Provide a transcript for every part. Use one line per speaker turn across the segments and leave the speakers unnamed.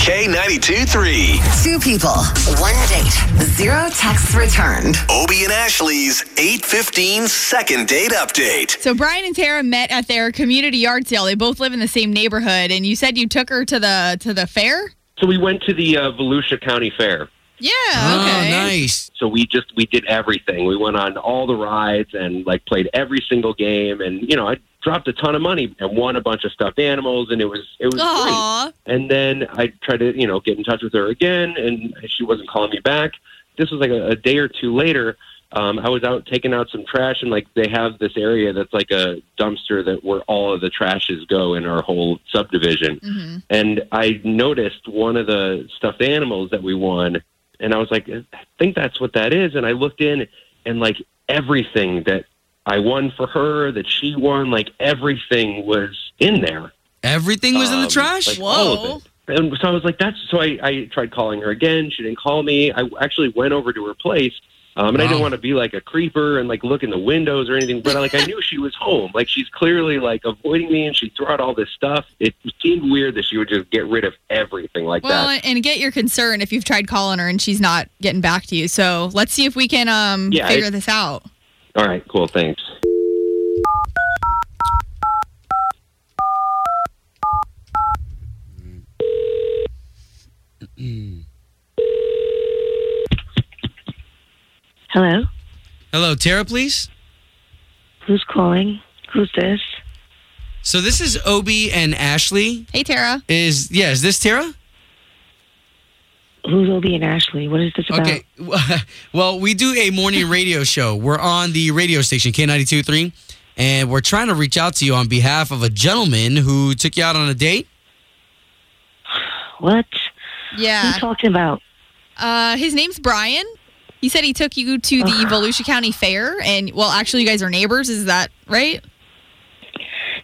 K92 3.
Two people, one date, zero texts returned.
Obie and Ashley's 815 second date update.
So Brian and Tara met at their community yard sale. They both live in the same neighborhood, and you said you took her to the to the fair.
So we went to the uh, Volusia County Fair.
Yeah.
Oh,
Okay.
nice.
So we just we did everything. We went on all the rides and like played every single game. And you know, I dropped a ton of money and won a bunch of stuffed animals, and it was it was great.
Aw.
And then I tried to you know get in touch with her again, and she wasn't calling me back. This was like a, a day or two later. Um, I was out taking out some trash, and like they have this area that's like a dumpster that where all of the trashes go in our whole subdivision.
hmm
and I noticed one of the stuffed animals that we won, and I was like, I think that's what that is. And I looked in, and like everything that I won for her, that she won, like everything was in there.
Everything was in the
Um,
trash.
like, all of it. And so I was like, that's so I, I tried calling her again. She didn't call me. I actually went over to her place. Um, and I didn't
Wow.
want to be like a creeper and like look in the windows or anything, but like I knew she was home. Like she's clearly like avoiding me, and she threw out all this stuff. It seemed weird that she would just get rid of everything like
Well,
that.
and, and get your concern if you've tried calling her and she's not getting back to you. So let's see if we can um
Yeah,
figure
it-
this out.
All right, cool, thanks.
Hello,
Hello, Tara, please.
who's calling? Who's this?
So this is Obi and Ashley.
Hey Tara.
Is yeah, is this Tara?
Who's Obie and Ashley? What is this about?
Okay. Well, we do a morning radio show. We're on the radio station K92.3, and we're trying to reach out to you on behalf of a gentleman who took you out on a date.
What? What are
Yeah.
you talking about?
Uh, his name's Brian. He said he took you to the Volusia County Fair, and well, actually, you guys are neighbors. Is that right?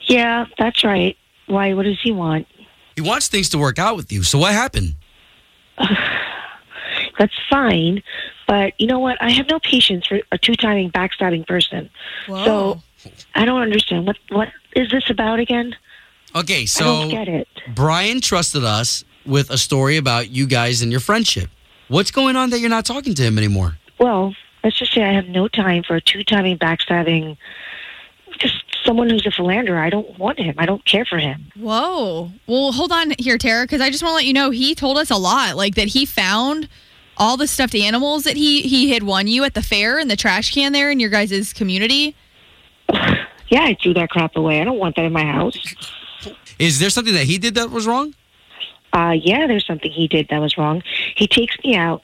Yeah, that's right. Why? What does he want?
He wants things to work out with you. So what happened?
That's fine, but you know what? I have no patience for a two-timing, backstabbing person. So I don't understand. What? What is this about again?
Okay,
I
so
don't get it.
Brian trusted us with a story about you guys and your friendship. What's going on that you're not talking to him anymore?
Well, let's just say I have no time for a two-timing, backstabbing. Just someone who's a philanderer. I don't want him. I don't care for him.
Whoa. Well, hold on here, Tara, because I just want to let you know he told us a lot, like that he found all the stuffed animals that he he had won you at the fair in the trash can there in your guys' community.
Yeah, I threw that crap away. I don't want that in my house.
Is there something that he did that was wrong?
uh, yeah, there's something he did that was wrong. He takes me out.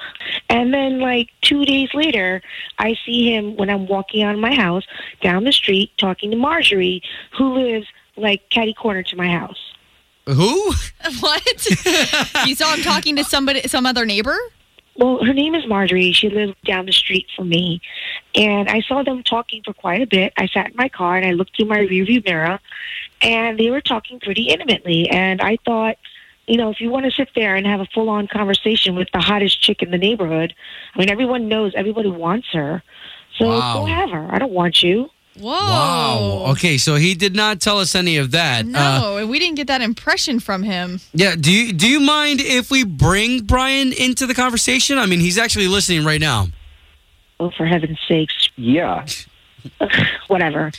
And then, like, two days later, I see him when I'm walking out of my house down the street talking to Marjorie, who lives, like, catty corner to my house.
Who?
what? you saw him talking to somebody, some other neighbor?
Well, her name is Marjorie. She lived down the street from me. And I saw them talking for quite a bit. I sat in my car and I looked through my rearview mirror, and they were talking pretty intimately. And I thought, you know, if you want to sit there and have a full on conversation with the hottest chick in the neighborhood, I mean, everyone knows, everybody wants her. So
Wow.
go have her. I don't want you.
Whoa.
Wow. Okay, so he did not tell us any of that. Uh,
No, and we didn't get that impression from him.
yeah. Do you do you mind if we bring Brian into the conversation? I mean, he's actually listening right now.
Oh, for heaven's sakes,
Yeah,
whatever.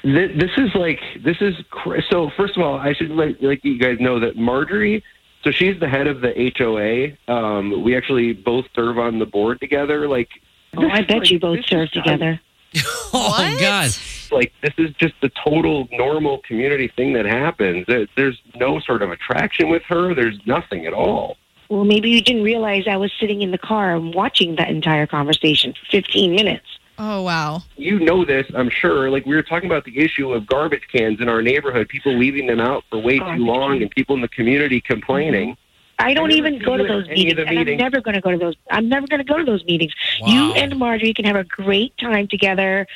Th- this is like this is cr- so. First of all, I should let like you guys know that Marjorie. So she's the head of the HOA. Um, we actually both serve on the board together. Like,
Oh, I bet you both
This is-
serve together.
Oh
What?
God.
like this is just the total normal community thing that happens. There- There's no sort of attraction with her. There's nothing at all.
Well, maybe you didn't realize I was sitting in the car and watching that entire conversation for 15 minutes.
Oh, wow.
You know this, I'm sure. Like we were talking about the issue of garbage cans in our neighborhood, people leaving them out for way too
Garbage
long,
cans. Mm-hmm.
and people in the community complaining.
I don't
never
even
see
go to
you at
those
any
meetings.
of the
and I'm
meetings.
never going to go to those. I'm never going to go to those meetings. You and Marjorie can have a great time together,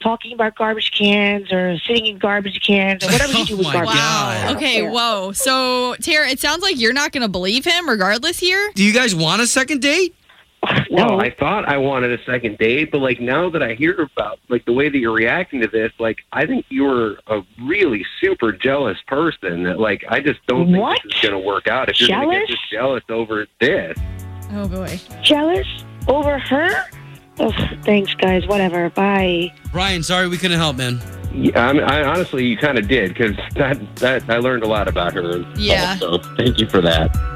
talking about garbage cans or sitting in garbage cans or whatever you do
Oh
with
my
garbage.
God.
cans.
Okay,
Yeah.
whoa. So, Tara, it sounds like you're not going to believe him regardless here.
Do you guys want a second date?
No.
Well, I thought I wanted a second date, but like now that I hear about like the way that you're reacting to this, like I think you're a really super jealous person. That like I just don't
What?
think this is going to work out. If you're going to
Jealous?
get just jealous over this,
Oh, boy.
jealous over her? Ugh, thanks, guys. Whatever. Bye.
Brian, sorry we couldn't help, man.
yeah, I, mean, I honestly you kind of did because that that I learned a lot about her.
Yeah.
So thank you for that.